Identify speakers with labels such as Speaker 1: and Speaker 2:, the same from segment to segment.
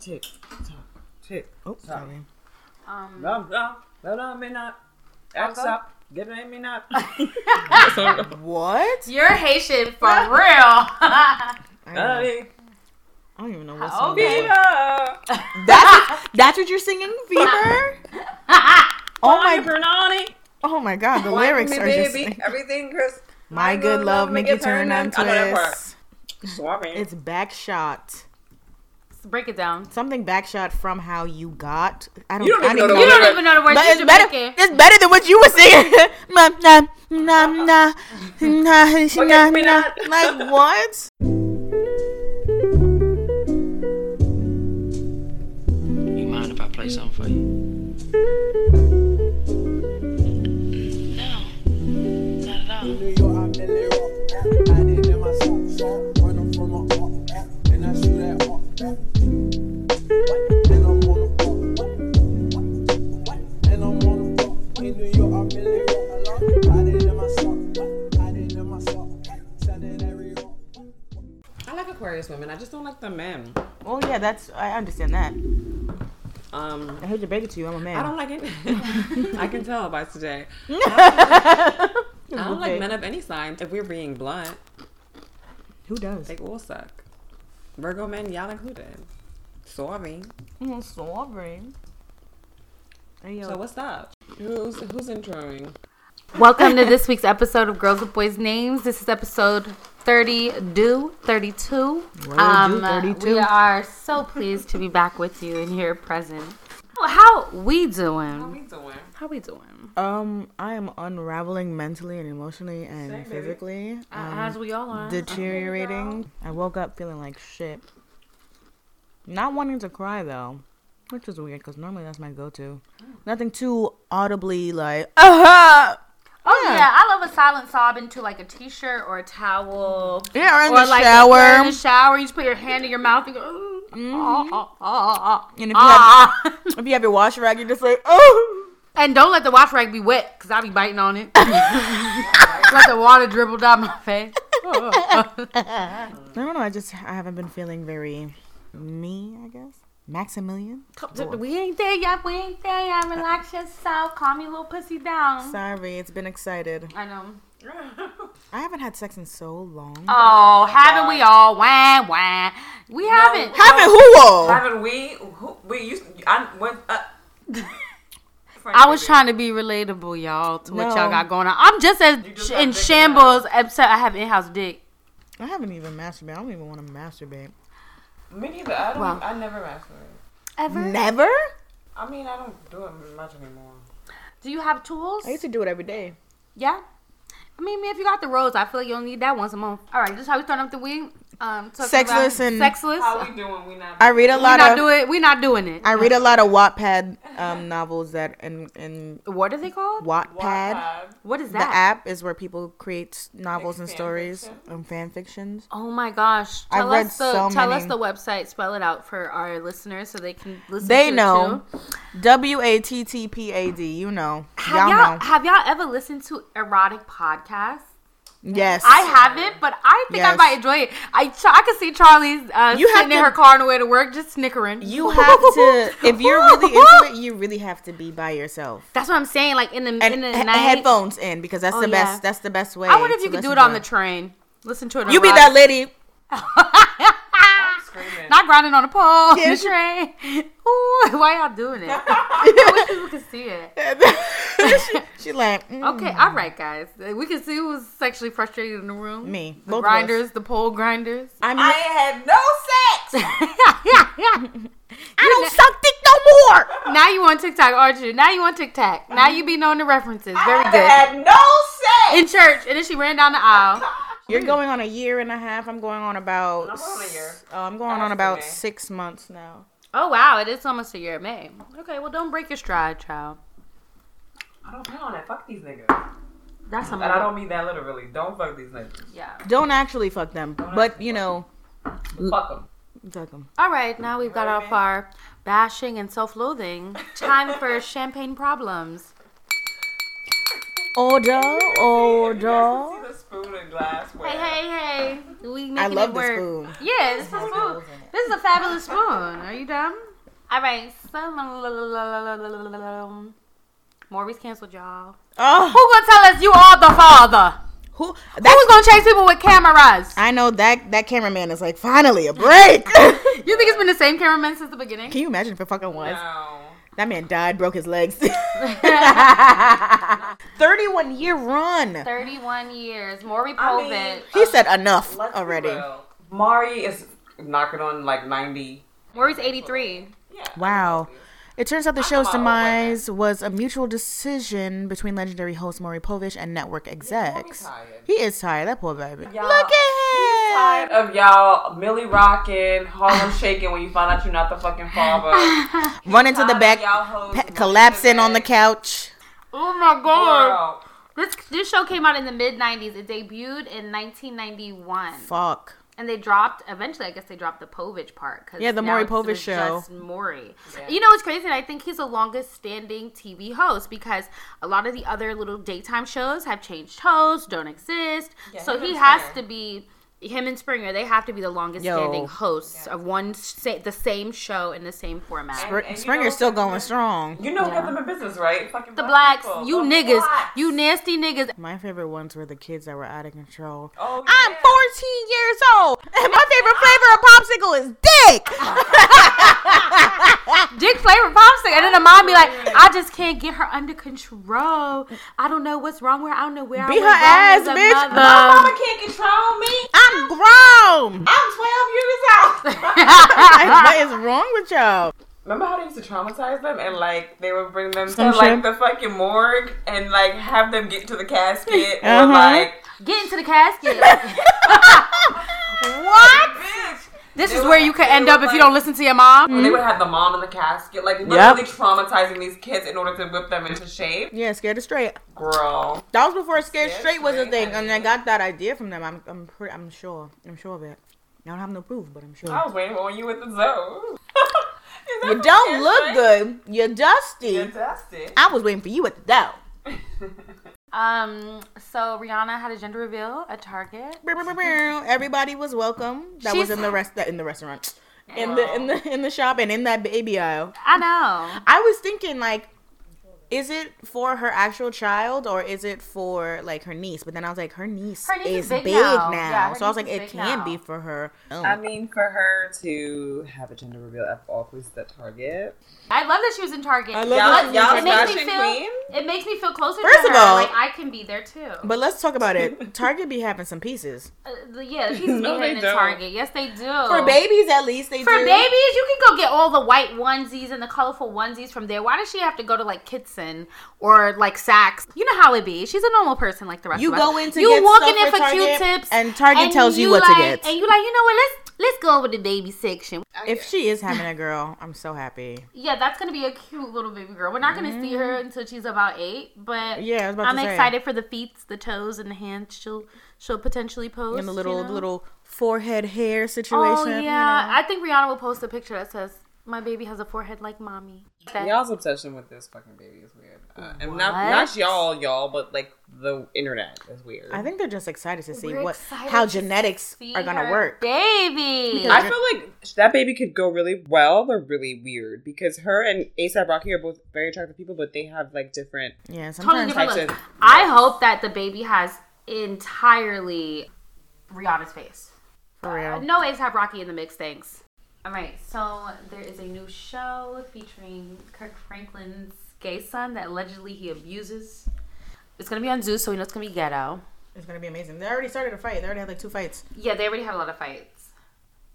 Speaker 1: tick, tock, tick.
Speaker 2: Oh, sorry.
Speaker 3: Um,
Speaker 1: Blah, blah, blah, blah, me not. Axe
Speaker 3: go.
Speaker 1: up. Get it, me not.
Speaker 2: sorry. What?
Speaker 3: You're Haitian for real.
Speaker 2: I don't, know.
Speaker 1: Daddy,
Speaker 2: I don't even know what's
Speaker 3: How
Speaker 2: on
Speaker 3: old are
Speaker 2: that.
Speaker 1: Viva!
Speaker 2: That's that's what you're singing, Fever. oh
Speaker 1: Bonnie
Speaker 2: my,
Speaker 1: Bernani.
Speaker 2: oh my God, the
Speaker 1: Wine
Speaker 2: lyrics
Speaker 1: me,
Speaker 2: are just.
Speaker 1: baby. Everything, Chris.
Speaker 2: My good love, make you turn on
Speaker 1: I know that part.
Speaker 2: twist.
Speaker 1: Swapping.
Speaker 2: It's backshot.
Speaker 3: Let's break it down.
Speaker 2: Something backshot from how you got. I don't.
Speaker 1: You don't
Speaker 2: I
Speaker 1: even know the
Speaker 3: You
Speaker 1: word.
Speaker 3: don't even know the words.
Speaker 2: But
Speaker 3: you
Speaker 2: it's
Speaker 3: should
Speaker 2: better.
Speaker 3: make it.
Speaker 2: It's better than what you were singing. na na na na na na
Speaker 1: me
Speaker 2: na.
Speaker 1: not.
Speaker 2: Like what?
Speaker 4: You mind if I play something for you?
Speaker 5: No, not at all.
Speaker 6: New York, I'm the lyric. I did in my song, song. Running from a hawk, and I shoot that hawk. And I'm on the hawk. And I'm on the hawk. In New York, I'm the lyric. I did in my song. I did in my song. Selling every rock.
Speaker 1: I like Aquarius women. I just don't like the men.
Speaker 2: Oh yeah, that's. I understand that.
Speaker 1: Um,
Speaker 2: I heard your baby to you. I'm a man.
Speaker 1: I don't like it. I can tell by today. I don't like men of any sign. If we're being blunt,
Speaker 2: Who does?
Speaker 1: they all suck. Virgo men, y'all included. Sorry.
Speaker 2: Mm, sorry. Hey, yo.
Speaker 1: So what's up? Who's who's introing?
Speaker 3: Welcome to this week's episode of Girls with Boys Names. This is episode 30, do 32.
Speaker 2: Word, do 32.
Speaker 3: We are so pleased to be back with you in your presence. Well, How we doing?
Speaker 1: doing?
Speaker 3: How we doing?
Speaker 2: Um, I am unraveling mentally and emotionally and
Speaker 1: Same, baby.
Speaker 2: physically. Um,
Speaker 3: As we all are.
Speaker 2: deteriorating. I woke up feeling like shit. Not wanting to cry though, which is weird because normally that's my go-to.
Speaker 1: Hmm.
Speaker 2: Nothing too audibly like ah
Speaker 3: Oh
Speaker 2: Yeah.
Speaker 3: yeah. I love a silent sob into like a t-shirt or a towel.
Speaker 2: yeah, or in
Speaker 3: or
Speaker 2: the
Speaker 3: like
Speaker 2: shower. Mm-hmm.
Speaker 3: We're in the shower, you just put your hand in your mouth and go. "Ooh, ah, ah, ah, ah,
Speaker 2: and if you,
Speaker 3: ah, ah."
Speaker 2: have, if you have your washer rack, you're just like oh.
Speaker 3: And don't let the wash rag be wet, cause I be biting on it. let the water dribble down my face.
Speaker 2: I don't know. I just I haven't been feeling very me. I guess Maximilian.
Speaker 3: we ain't there yet. We ain't there yet. Relax yourself. Calm your little pussy
Speaker 2: Oh.
Speaker 3: down.
Speaker 2: Sorry, it's been excited.
Speaker 3: I know.
Speaker 2: I haven't had sex in so long.
Speaker 3: Oh, haven't we all? Wah wah. We haven't.
Speaker 2: haven't who all?
Speaker 1: Haven't we? Who, we used? I went. Uh,
Speaker 3: I was trying to be relatable, y'all, to what
Speaker 2: No.
Speaker 3: y'all got going on. I'm just as
Speaker 1: just
Speaker 3: sh-
Speaker 1: got
Speaker 3: in
Speaker 1: dick in
Speaker 3: shambles, except I have in-house dick.
Speaker 2: I haven't even masturbated. I don't even want to masturbate.
Speaker 1: Me neither. I don't.
Speaker 3: Wow.
Speaker 1: I never masturbate.
Speaker 3: Ever?
Speaker 2: Never.
Speaker 1: I mean, I don't do it much anymore.
Speaker 3: Do you have tools?
Speaker 2: I used to do it every day.
Speaker 3: Yeah. I mean, if you got the rose, I feel like you'll need that once a month. All right, this is how we start up the week. Um, talking
Speaker 2: Sexless
Speaker 3: about-
Speaker 2: and-
Speaker 3: sexless.
Speaker 1: How we doing? We not.
Speaker 2: I read a
Speaker 3: We
Speaker 2: lot
Speaker 3: not
Speaker 2: of
Speaker 3: doing. We not doing it.
Speaker 2: I read a lot of Wattpad um, novels that and and
Speaker 3: What are they called?
Speaker 2: Wattpad.
Speaker 3: What is
Speaker 2: The
Speaker 3: that?
Speaker 2: app is where people create novels and
Speaker 1: Like fan
Speaker 2: stories
Speaker 1: fiction?
Speaker 2: and fan fictions.
Speaker 3: Oh my gosh!
Speaker 2: I've
Speaker 3: Tell
Speaker 2: read
Speaker 3: us the
Speaker 2: so
Speaker 3: tell
Speaker 2: many.
Speaker 3: us the website. Spell it out for our listeners so they can listen. to
Speaker 2: They
Speaker 3: it
Speaker 2: know
Speaker 3: too.
Speaker 2: W A T T P A D. You know,
Speaker 3: Have
Speaker 2: y'all
Speaker 3: y'all,
Speaker 2: know.
Speaker 3: have y'all ever listened to erotic podcasts?
Speaker 2: Yes,
Speaker 3: I haven't, but I think I
Speaker 2: Yes.
Speaker 3: might enjoy it. I I could see Charlie's uh,
Speaker 2: You have
Speaker 3: sitting in
Speaker 2: to-
Speaker 3: her car on the way to work, just snickering.
Speaker 2: You have to if you're really into it. You really have to be by yourself
Speaker 3: That's what I'm saying. Like in the
Speaker 2: and
Speaker 3: in the
Speaker 2: he-
Speaker 3: night.
Speaker 2: headphones in because that's
Speaker 3: Oh,
Speaker 2: the best.
Speaker 3: yeah.
Speaker 2: That's the best way.
Speaker 3: I wonder if
Speaker 2: to
Speaker 3: you could do
Speaker 2: listen to
Speaker 3: it on the train. Listen to it.
Speaker 2: You be
Speaker 3: erotic-
Speaker 2: that lady.
Speaker 3: Not grinding on a pole
Speaker 2: Yeah,
Speaker 3: on the
Speaker 2: she-
Speaker 3: train. Ooh, why y'all doing it? I wish people could see it.
Speaker 2: she, she like mm,
Speaker 3: Okay, all right, guys. We can see who was sexually frustrated in the room.
Speaker 2: Me.
Speaker 3: the
Speaker 2: Both of us.
Speaker 3: grinders, the pole grinders.
Speaker 2: I'm.
Speaker 1: I had no sex.
Speaker 2: I don't suck dick no more.
Speaker 3: now you on TikTok, aren't you? Now you on TikTok. Now you be knowing the references. Very
Speaker 1: I
Speaker 3: good.
Speaker 1: had no sex.
Speaker 3: In church, and then she ran down the aisle.
Speaker 2: You're going on a year and a half. I'm going on about.
Speaker 1: I'm going on a year.
Speaker 2: s- Oh, I'm going on
Speaker 1: Ask
Speaker 2: about
Speaker 1: me.
Speaker 2: six months now.
Speaker 3: Oh wow, it is almost a year, May. Okay, well don't break your stride, child.
Speaker 1: I don't plan on it. Fuck these niggas.
Speaker 3: That's something.
Speaker 1: And I don't mean that literally. Don't fuck these niggas.
Speaker 3: Yeah.
Speaker 2: Don't actually fuck them, but you know,
Speaker 1: Fuck them.
Speaker 2: fuck them.
Speaker 3: All right, now we've got off our bashing and self-loathing. Time for champagne problems.
Speaker 2: Order, order.
Speaker 1: See the spoon and glassware.
Speaker 3: Hey, hey, hey! We making
Speaker 2: I love
Speaker 3: it
Speaker 2: this
Speaker 3: work.
Speaker 2: spoon.
Speaker 3: Yeah, this is a spoon. This is a fabulous spoon. Are you dumb? All right. So, Maurice canceled y'all.
Speaker 2: Oh,
Speaker 3: Who gonna tell us you are the father?
Speaker 2: who? That
Speaker 3: Who's gonna chase people with cameras?
Speaker 2: I know that that cameraman is like finally a break.
Speaker 3: You think it's been the same cameraman since the beginning?
Speaker 2: Can you imagine if it fucking was?
Speaker 1: Wow.
Speaker 2: That man died, broke his legs. 31 year run.
Speaker 3: 31 years. Maury
Speaker 1: I
Speaker 3: Povich.
Speaker 1: mean, uh,
Speaker 2: He said enough
Speaker 1: let's be
Speaker 2: already.
Speaker 1: real. Mari is knocking on like 90.
Speaker 3: Maury's 83.
Speaker 1: Yeah.
Speaker 2: Wow. It turns out the show's
Speaker 1: come out with
Speaker 2: demise was a mutual decision between legendary host Maury Povich and network execs.
Speaker 1: tired.
Speaker 2: He is tired. That poor baby.
Speaker 1: Yeah.
Speaker 2: Look at him.
Speaker 1: Tired of y'all Millie rocking, Harlem shaking when you find out you're not the fucking father.
Speaker 2: Running to the
Speaker 1: Tired of
Speaker 2: back,
Speaker 1: y'all hoes
Speaker 2: pa-
Speaker 1: running
Speaker 2: collapsing on the
Speaker 1: back.
Speaker 2: couch.
Speaker 3: Oh my god.
Speaker 1: Girl.
Speaker 3: This, this show came out in the mid 90s. It debuted in 1991.
Speaker 2: Fuck.
Speaker 3: And they dropped, eventually, I guess they dropped the Povich part. Cause
Speaker 2: Yeah, the
Speaker 3: now
Speaker 2: Maury
Speaker 3: it's
Speaker 2: Povich
Speaker 3: just
Speaker 2: show.
Speaker 3: Maury. You know, it's crazy. And I think he's the longest standing TV host because a lot of the other little daytime shows have changed hosts, don't exist. so
Speaker 1: him
Speaker 3: he
Speaker 1: and
Speaker 3: has
Speaker 1: Springer.
Speaker 3: to be. Him and Springer, they have to be the longest
Speaker 2: Yo.
Speaker 3: standing hosts of one sa- the same show in the same format.
Speaker 2: Spr-
Speaker 1: and you know-
Speaker 2: Springer's still going strong.
Speaker 1: You know who got them in business, right? Fucking
Speaker 3: the blacks,
Speaker 1: people.
Speaker 3: you
Speaker 1: The
Speaker 3: niggas,
Speaker 1: blacks.
Speaker 3: you nasty niggas.
Speaker 2: My favorite ones were the kids that were out of control.
Speaker 1: Oh,
Speaker 2: I'm
Speaker 1: yeah.
Speaker 2: 14 years old, and my favorite flavor of popsicle is dick.
Speaker 3: Dick flavor popsicle, and then the mom be like,
Speaker 2: Oh,
Speaker 3: "I just can't get her under control. I don't know what's wrong with her. I don't know where I
Speaker 2: Beat her
Speaker 3: went wrong
Speaker 2: ass,
Speaker 3: as a
Speaker 2: bitch. Uh-huh.
Speaker 3: mother."
Speaker 2: My
Speaker 1: Mama can't control me.
Speaker 2: I'm grown.
Speaker 1: I'm 12 years old.
Speaker 2: Like, what is wrong with y'all?
Speaker 1: Remember how they used to traumatize them and like they would bring them
Speaker 2: Some
Speaker 1: to like
Speaker 2: shit.
Speaker 1: the fucking morgue and like have them get to the casket
Speaker 2: Uh-huh.
Speaker 1: or like
Speaker 3: Get into the casket. what?
Speaker 1: bitch.
Speaker 3: This
Speaker 1: They
Speaker 3: is
Speaker 1: were
Speaker 3: where
Speaker 1: like-
Speaker 3: you could
Speaker 1: they
Speaker 3: end
Speaker 1: were
Speaker 3: up if you
Speaker 1: like-
Speaker 3: don't listen to your mom.
Speaker 2: Mm.
Speaker 1: They would have the mom in the casket, like literally
Speaker 2: Mm-hmm. Yep.
Speaker 1: traumatizing these kids in order to whip them into shape.
Speaker 2: Yeah, scared straight.
Speaker 1: Girl,
Speaker 2: That was before scared
Speaker 1: Scared
Speaker 2: straight was a
Speaker 1: Straight,
Speaker 2: thing,
Speaker 1: I
Speaker 2: and I got that idea from them. I'm, I'm pretty, I'm sure, I'm sure of it. I don't have no proof, but I'm
Speaker 1: I
Speaker 2: sure.
Speaker 1: was waiting on you at the zoo. Is that
Speaker 2: You
Speaker 1: what
Speaker 2: don't
Speaker 1: it
Speaker 2: look
Speaker 1: is?
Speaker 2: good. You're dusty.
Speaker 1: Fantastic.
Speaker 2: I was waiting for you at the door.
Speaker 3: Um. So Rihanna had a gender reveal at Target.
Speaker 2: Brr, brr, brr, brr. Everybody was welcome. That was
Speaker 3: She's-
Speaker 2: in the rest in the restaurant, in the in the in the shop, and in that baby aisle.
Speaker 3: I know.
Speaker 2: I was thinking like, is it for her actual child or is it for like her niece? But then I was like, her niece,
Speaker 3: Her niece
Speaker 2: is,
Speaker 3: is
Speaker 2: big,
Speaker 3: big
Speaker 2: now,
Speaker 3: now. Yeah, her
Speaker 2: so I was
Speaker 3: niece
Speaker 2: like,
Speaker 3: is
Speaker 2: it
Speaker 3: big
Speaker 2: can
Speaker 3: now.
Speaker 2: be for her.
Speaker 1: I mean, for her to have a gender reveal at all places at Target.
Speaker 3: I love that she was in Target.
Speaker 2: I love that
Speaker 1: Y'all,
Speaker 2: Y'all-
Speaker 1: y'all,
Speaker 2: y'all
Speaker 3: it makes me
Speaker 1: fashion
Speaker 3: feel.
Speaker 1: queen.
Speaker 3: It makes me feel closer.
Speaker 2: First
Speaker 3: to
Speaker 2: of
Speaker 3: her.
Speaker 2: all-
Speaker 3: like I can be there too.
Speaker 2: But let's talk about it. Target be having some pieces
Speaker 3: Uh, the- yeah, the pieces
Speaker 1: No,
Speaker 3: be
Speaker 1: they
Speaker 3: hidden in
Speaker 1: don't.
Speaker 3: Target. Yes, they do.
Speaker 2: for babies. At least they
Speaker 3: Oh. For
Speaker 2: do.
Speaker 3: babies, you can go get all the white onesies and the colorful onesies from there. Why does she have to go to like Kitson or like Saks? You know how it be. She's a normal person like the rest
Speaker 2: You
Speaker 3: of us.
Speaker 2: go in to get stuff at Target, and Target tells you what to
Speaker 3: like,
Speaker 2: get.
Speaker 3: And you like, you know what? Let's let's go over the baby section.
Speaker 2: If she is having a girl, I'm so happy.
Speaker 3: Yeah, that's gonna be a cute little baby girl. We're not gonna see her until she's about eight, but
Speaker 2: Mm. Yeah, I was about
Speaker 3: I'm
Speaker 2: to say.
Speaker 3: excited for the feet, the toes, and the hands she'll she'll potentially post.
Speaker 2: And the
Speaker 3: you
Speaker 2: little
Speaker 3: know?
Speaker 2: little forehead hair situation.
Speaker 3: Oh yeah, I think Rihanna will post a picture that says, "My baby has a forehead like mommy." That-
Speaker 1: Y'all's obsession with this fucking baby is weird. Uh, and not
Speaker 3: What?
Speaker 1: not y'all, y'all, but like the internet is weird.
Speaker 2: I think they're just excited to see
Speaker 3: We're
Speaker 2: what
Speaker 3: excited
Speaker 2: how
Speaker 3: to
Speaker 2: genetics
Speaker 3: see
Speaker 2: are gonna
Speaker 3: her
Speaker 2: work.
Speaker 3: baby.
Speaker 2: Because-
Speaker 1: I feel like that baby could go really well or really weird because her and ASAP Rocky are both very attractive people, but they have like different.
Speaker 2: Yeah,
Speaker 3: totally
Speaker 2: sometimes
Speaker 3: different
Speaker 1: Types
Speaker 3: look.
Speaker 1: of-
Speaker 3: I hope that the baby has entirely Rihanna's face.
Speaker 2: for
Speaker 3: Uh,
Speaker 2: real.
Speaker 3: no Ace have Rocky in the mix, thanks. All right, so there is a new show featuring Kirk Franklin's gay son that allegedly he abuses. It's gonna be on Zeus, so we know it's gonna be ghetto.
Speaker 2: It's gonna be amazing. They already started a fight. They already had like two fights,
Speaker 3: Yeah, they already had a lot of fights.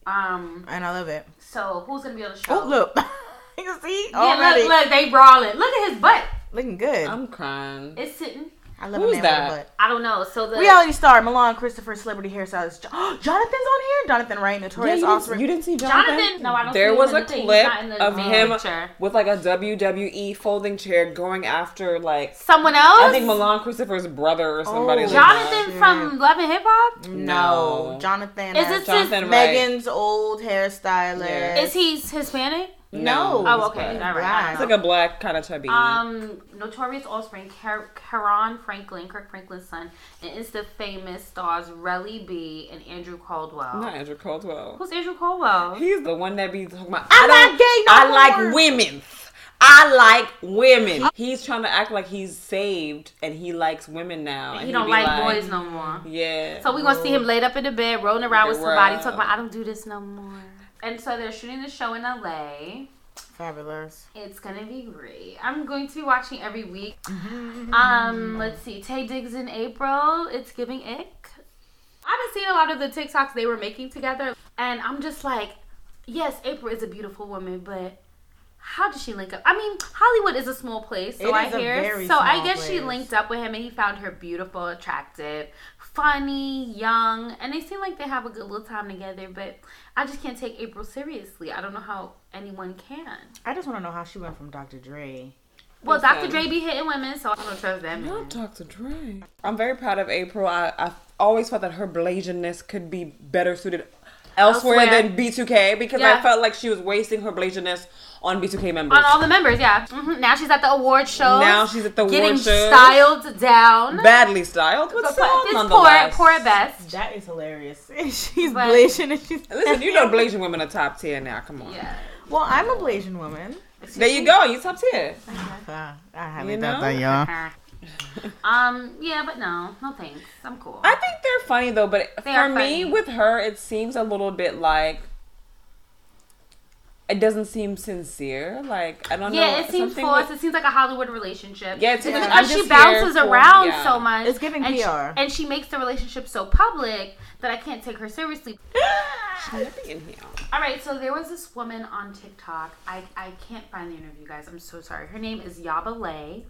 Speaker 3: Um,
Speaker 2: and I love it.
Speaker 3: so who's gonna be on the show?
Speaker 2: Oh look, you can see
Speaker 3: Yeah,
Speaker 2: already
Speaker 3: look, look, they brawling. Look at his butt.
Speaker 2: looking good.
Speaker 1: I'm crying.
Speaker 3: It's sitting.
Speaker 2: I love
Speaker 1: Um, Who's
Speaker 2: a man
Speaker 1: that?
Speaker 2: with a butt.
Speaker 3: I don't know. So the
Speaker 2: Reality star Milan Christopher celebrity hairstylist jo- Jonathan's on here. Jonathan Wright,
Speaker 1: Yeah,
Speaker 2: notorious
Speaker 1: you,
Speaker 2: offspring.
Speaker 1: didn't, you didn't see Jonathan?
Speaker 3: Jonathan. No, I don't. see
Speaker 1: There
Speaker 3: him
Speaker 1: was
Speaker 3: in
Speaker 1: a
Speaker 3: the thing. He's
Speaker 1: clip
Speaker 3: not in the
Speaker 1: of
Speaker 3: main
Speaker 1: him
Speaker 3: picture.
Speaker 1: with like a WWE folding chair going after like
Speaker 3: Someone else.
Speaker 1: I think Milan Christopher's brother or somebody.
Speaker 2: Oh.
Speaker 1: like that.
Speaker 3: Jonathan from Love and Hip Hop.
Speaker 2: no,
Speaker 1: No.
Speaker 2: Jonathan.
Speaker 3: Is
Speaker 2: as
Speaker 3: it
Speaker 1: Jonathan Wright.
Speaker 2: Megan's old hairstylist?
Speaker 1: Yeah.
Speaker 3: Is he Hispanic?
Speaker 2: No.
Speaker 3: Oh, okay. All right.
Speaker 2: It's
Speaker 1: It's like a black kind of chubby.
Speaker 3: Um,
Speaker 1: Mm-hmm.
Speaker 3: notorious offspring, Car- Caron Franklin, Kirk Franklin's son, and insta famous stars Relly B and Andrew Caldwell.
Speaker 1: Not Andrew Caldwell.
Speaker 3: Who's Andrew Caldwell?
Speaker 1: He's the one that be talking about.
Speaker 2: I'm not gay no
Speaker 1: I like
Speaker 2: more."
Speaker 1: women. I like women. He's trying to act like he's saved and he likes women now. and
Speaker 3: he don't
Speaker 1: be
Speaker 3: like, boys no more.
Speaker 1: Yeah.
Speaker 3: So we gonna see him laid up in the bed, rolling around with
Speaker 1: The
Speaker 3: somebody,
Speaker 1: world.
Speaker 3: talking about I don't do this no more. And so they're shooting the show in LA.
Speaker 2: Fabulous.
Speaker 3: It's gonna be great. I'm going to be watching every week.
Speaker 2: Mm-hmm.
Speaker 3: Um, let's see. Tay Diggs in April. It's giving ick. I've been seeing a lot of the TikToks they were making together, and I'm just like, yes, April is a beautiful woman, but how does she link up? I mean, Hollywood is a small place, so
Speaker 2: It
Speaker 3: I
Speaker 2: is a
Speaker 3: hear.
Speaker 2: very
Speaker 3: So I
Speaker 2: small
Speaker 3: guess she
Speaker 2: place.
Speaker 3: linked up with him, and he found her beautiful, attractive, funny, young, and they seem like they have a good little time together. But I just can't take April seriously. I don't know how anyone can.
Speaker 2: I just want to know how she went from Dr. Dre.
Speaker 3: Well, Dr.
Speaker 1: Listen.
Speaker 3: Dre be hitting women, so I don't trust that man.
Speaker 1: Not Dr. Dre. I'm very proud of April. I, I always felt that her blasianness could be better suited elsewhere,
Speaker 3: Elsewhere.
Speaker 1: than B2K because
Speaker 3: Yeah.
Speaker 1: I felt like she was wasting her blasianness on B2K members.
Speaker 3: On all the members, yeah. hmm Now she's at the award shows.
Speaker 1: Now she's at the award
Speaker 3: getting
Speaker 1: shows.
Speaker 3: styled down.
Speaker 1: Badly styled, but,
Speaker 3: But
Speaker 1: still
Speaker 3: po- it's poor,
Speaker 1: nonetheless.
Speaker 3: poor at best.
Speaker 2: That is hilarious. she's
Speaker 3: But-
Speaker 2: Blasian and she's.
Speaker 1: Listen, you know Blasian women are top tier now. Come on.
Speaker 3: Yeah.
Speaker 2: Well, I'm a Blasian woman.
Speaker 1: There you go. You top tier.
Speaker 2: I haven't
Speaker 1: You done know? that,
Speaker 2: y'all.
Speaker 3: Uh, um. Yeah, but no, no thanks. I'm cool.
Speaker 1: I think they're funny though, but
Speaker 3: They
Speaker 1: for
Speaker 3: are
Speaker 1: me,
Speaker 3: funny.
Speaker 1: with her, it seems a little bit like it doesn't seem sincere. Like I don't know.
Speaker 3: yeah, it seems
Speaker 1: something
Speaker 3: forced.
Speaker 1: with-
Speaker 3: it seems like a Hollywood relationship.
Speaker 1: Yeah, it's
Speaker 3: It's
Speaker 1: just- I'm
Speaker 3: because she
Speaker 1: just
Speaker 3: bounces
Speaker 1: here for-
Speaker 3: around
Speaker 1: yeah.
Speaker 3: so much.
Speaker 2: It's giving
Speaker 3: and
Speaker 2: PR.
Speaker 3: She, and she makes the relationship so public that I can't take her seriously.
Speaker 1: Let me in here.
Speaker 3: All right, so there was this woman on TikTok. I, I can't find the interview, guys. I'm so sorry. Her name is Yaba Lay.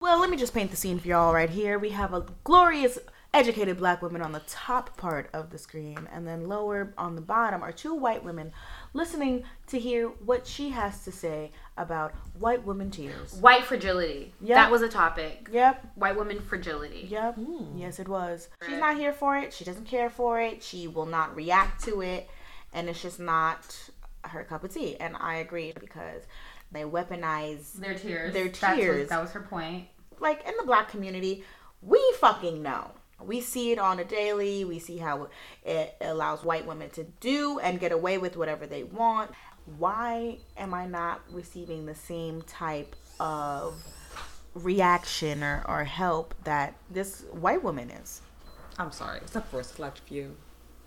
Speaker 2: Well, let me just paint the scene for y'all right here. We have a glorious, educated black woman on the top part of the screen, and then lower on the bottom are two white women listening to hear what she has to say about white women tears.
Speaker 3: White fragility.
Speaker 2: Yeah.
Speaker 3: That was a topic.
Speaker 2: Yep,
Speaker 3: White women fragility.
Speaker 2: yep.
Speaker 3: Hmm.
Speaker 2: Yes, it was. She's not here for it. She doesn't care for it. She will not react to it, and it's just not her cup of tea. And I agree because they weaponize
Speaker 3: Their tears.
Speaker 2: Their
Speaker 3: That's what-
Speaker 2: tears.
Speaker 3: that was her point.
Speaker 2: like in the black community, we fucking know. We see it on a daily. We see how it allows white women to do and get away with whatever they want. Why am I not receiving the same type of reaction or, or help that this white woman is?
Speaker 1: I'm sorry, except for a select few.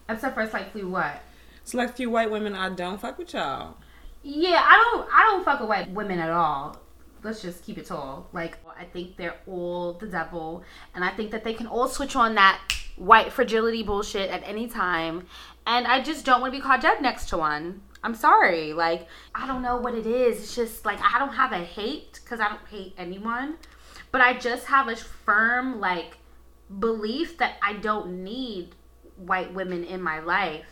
Speaker 3: Except for it's like we what?
Speaker 1: Select few white women, I don't fuck with y'all.
Speaker 3: Yeah, I don't. I don't fuck with white women at all. Let's just keep it tall. Like I think they're all the devil, and I think that they can all switch on that white fragility bullshit at any time. And I just don't want to be caught dead next to one. I'm sorry. Like I don't know what it is. It's just like I don't have a hate because I don't hate anyone, but I just have a firm like belief that I don't need white women in my life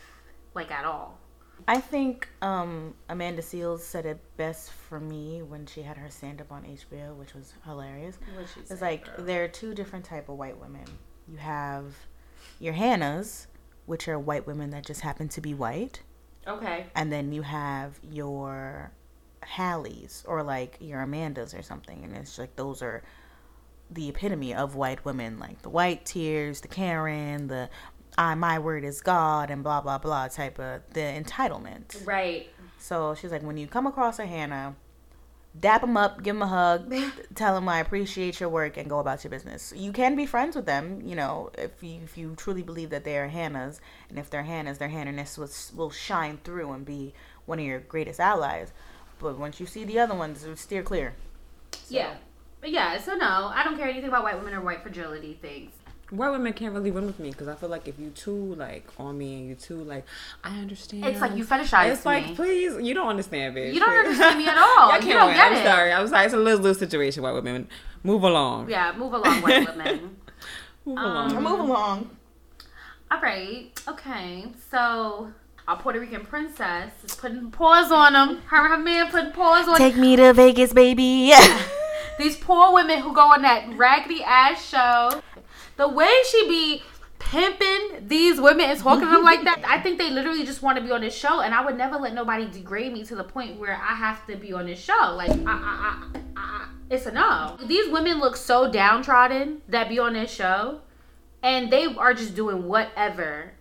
Speaker 3: like at all.
Speaker 2: I think um, Amanda Seals said it best for me when she had her stand up on HBO, which was hilarious.
Speaker 3: What'd she
Speaker 2: It's like there are two different type of white women. You have your Hannahs, which are white women that just happen to be white,
Speaker 3: Okay.
Speaker 2: and then you have your Hallies or like your Amandas or something, and it's like those are the epitome of white women, like the white tears, the Karen, the I my word is God and blah blah blah type of the entitlement.
Speaker 3: Right.
Speaker 2: So she's like, when you come across a Hannah, dap him up, give him a hug, tell him I appreciate your work, and go about your business. You can be friends with them, you know, if you if you truly believe that they are Hannahs, and if they're Hannahs, their Hannahness will will shine through and be one of your greatest allies. But once you see the other ones, steer clear.
Speaker 3: Yeah. But yeah, so no, I don't care anything about white women or white fragility things.
Speaker 1: White women can't really win with me because I feel like if you too like on me and you too like I understand.
Speaker 3: It's like you fetishize
Speaker 1: It's like
Speaker 3: me.
Speaker 1: please, you don't understand, bitch.
Speaker 3: You don't
Speaker 1: Please.
Speaker 3: understand me at all.
Speaker 1: Y'all
Speaker 3: You don't
Speaker 1: win.
Speaker 3: get
Speaker 1: I'm
Speaker 3: it.
Speaker 1: sorry. I'm sorry. It's a lose lose situation. White women, move along.
Speaker 3: Yeah, move along, white women. Um,
Speaker 1: Move along.
Speaker 2: Move along.
Speaker 3: All right. Okay. So our Puerto Rican princess is putting paws on them. Her and her man putting paws on
Speaker 2: Take me to Vegas, baby.
Speaker 3: these poor women who go on that raggedy ass show. The way she be pimping these women and talking to them like that. I think they literally just want to be on this show, and I would never let nobody degrade me to the point where I have to be on this show. Like, uh, I, I, I, I, uh, it's a no. These women look so downtrodden that be on this show, and they are just doing whatever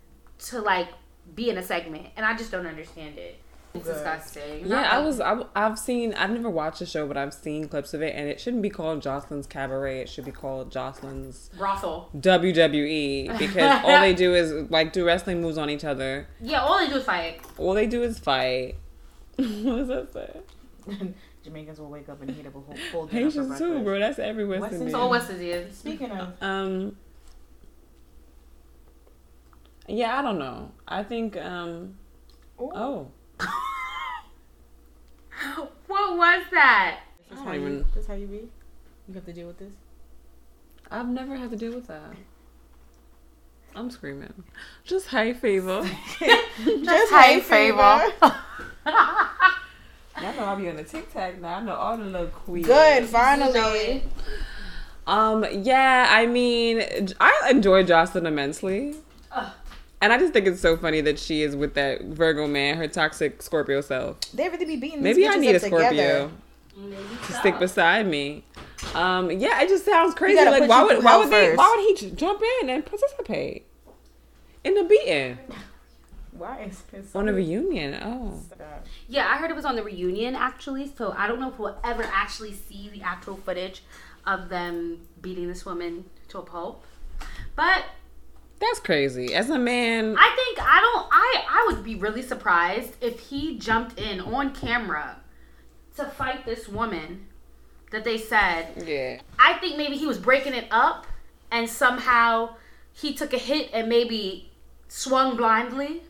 Speaker 3: to like be in a segment, and I just don't understand it. It's disgusting.
Speaker 1: Yeah, I was. I, I've seen. I've never watched the show, but I've seen clips of it, and it shouldn't be called Jocelyn's Cabaret. It should be called Jocelyn's
Speaker 3: brothel.
Speaker 1: WWE because all they do is like do wrestling moves on each other.
Speaker 3: Yeah, all they do is fight.
Speaker 1: All they do is fight. what does that say?
Speaker 2: Jamaicans will wake up and heat up a whole full dinner for
Speaker 1: Haitians
Speaker 2: breakfast.
Speaker 1: too, bro. That's every West
Speaker 2: West
Speaker 1: Indian.
Speaker 3: It's all West Indians.
Speaker 2: Speaking of,
Speaker 1: Um. Yeah, I don't know. I think. um
Speaker 2: Ooh.
Speaker 1: Oh,
Speaker 3: What was that?
Speaker 2: this is
Speaker 1: don't
Speaker 2: how you,
Speaker 1: even-
Speaker 2: this how you be. You have to deal with this.
Speaker 1: I've never had to deal with that. I'm screaming. Just high fever.
Speaker 2: Just
Speaker 3: high
Speaker 1: I know I'll be on the Tic Tac now. I know all the little queens.
Speaker 2: Good, finally.
Speaker 1: Um, yeah, I mean, J- I enjoy Jocelyn immensely. And I just think it's so funny that she is with that Virgo man, her toxic Scorpio self.
Speaker 2: They really be beating.
Speaker 1: Maybe
Speaker 2: these
Speaker 1: I
Speaker 2: bitches
Speaker 1: need a
Speaker 2: up
Speaker 1: Scorpio
Speaker 2: Together.
Speaker 1: to stick beside me. Um, yeah, it just sounds crazy.
Speaker 2: gotta
Speaker 1: Like,
Speaker 2: put
Speaker 1: why
Speaker 2: you
Speaker 1: would
Speaker 2: through
Speaker 1: why
Speaker 2: hell
Speaker 1: would they, why
Speaker 2: first.
Speaker 1: would he j- jump in and participate in the beating
Speaker 2: Why is this?
Speaker 1: on a reunion? Oh,
Speaker 3: Yeah, I heard it was on the reunion actually, so I don't know if we'll ever actually see the actual footage of them beating this woman to a pulp. But
Speaker 1: that's crazy. As a man,
Speaker 3: I think I don't I I would be really surprised if he jumped in on camera to fight this woman that they said
Speaker 1: yeah,
Speaker 3: I think maybe he was breaking it up and somehow he took a hit and maybe swung blindly.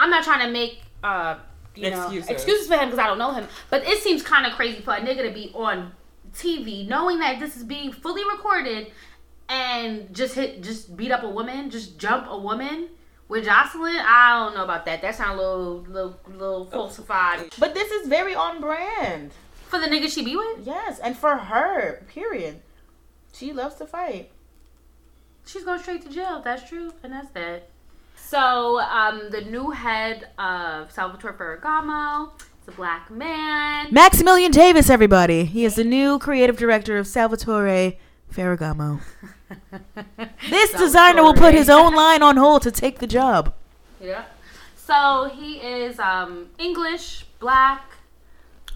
Speaker 3: I'm not trying to make uh you know
Speaker 1: Excuses.
Speaker 3: excuses for him because I don't know him, but it seems kind of crazy for a nigga to be on TV knowing that this is being fully recorded and just hit just beat up a woman, just jump a woman. With Jocelyn, I don't know about that. That sounds a little, little, little falsified
Speaker 2: But this is very on brand.
Speaker 3: for the nigga she be with.
Speaker 2: Yes, and for her, period. She loves to fight.
Speaker 3: She's going straight to jail. That's true, and that's that. So, um, the new head of Salvatore Ferragamo is a black man.
Speaker 2: Maximilian Davis, everybody. He is the new creative director of Salvatore Ferragamo. This designer will put his own line on hold to take the job.
Speaker 3: Yeah. So he is um, English, black,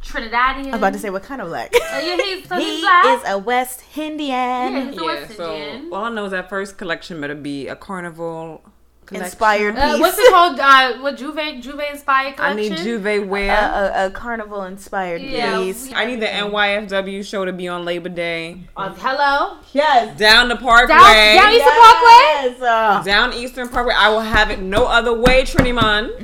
Speaker 3: Trinidadian.
Speaker 2: I was about to say, what kind of black?
Speaker 3: yeah, he's- so he's
Speaker 2: he
Speaker 3: black.
Speaker 2: is a West
Speaker 3: yeah,
Speaker 2: Indian
Speaker 3: he's a
Speaker 1: yeah.
Speaker 3: West
Speaker 1: So
Speaker 3: Indian.
Speaker 1: all I know is that first collection better be a carnival collection.
Speaker 2: inspired piece.
Speaker 3: Uh, what's it called? Uh, what Juve Juve inspired
Speaker 1: I
Speaker 3: collection?
Speaker 1: need Juve
Speaker 2: A,
Speaker 1: wear.
Speaker 2: a, a carnival inspired
Speaker 3: Yeah.
Speaker 2: piece.
Speaker 1: I need the NYFW show to be on Labor Day.
Speaker 3: Uh, hello.
Speaker 2: Yes.
Speaker 1: Down the Parkway.
Speaker 3: Down, down Eastern Parkway.
Speaker 2: Yes. Uh,
Speaker 1: Down Eastern Parkway. I will have it no other way, Trinimon.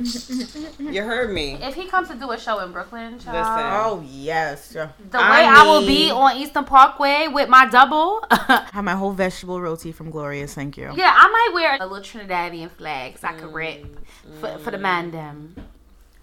Speaker 1: you heard me.
Speaker 3: If he comes to do a show in Brooklyn, child,
Speaker 1: Listen.
Speaker 2: oh, yes. Yeah.
Speaker 3: the way
Speaker 1: I
Speaker 3: I will be
Speaker 1: need-
Speaker 3: on Eastern Parkway with my double.
Speaker 2: Have my whole vegetable roti from Glorious. Thank
Speaker 1: Oh.
Speaker 2: you.
Speaker 3: Yeah, I might wear a little Trinidadian flag so I could rip
Speaker 1: Mm,
Speaker 3: for, for the man them.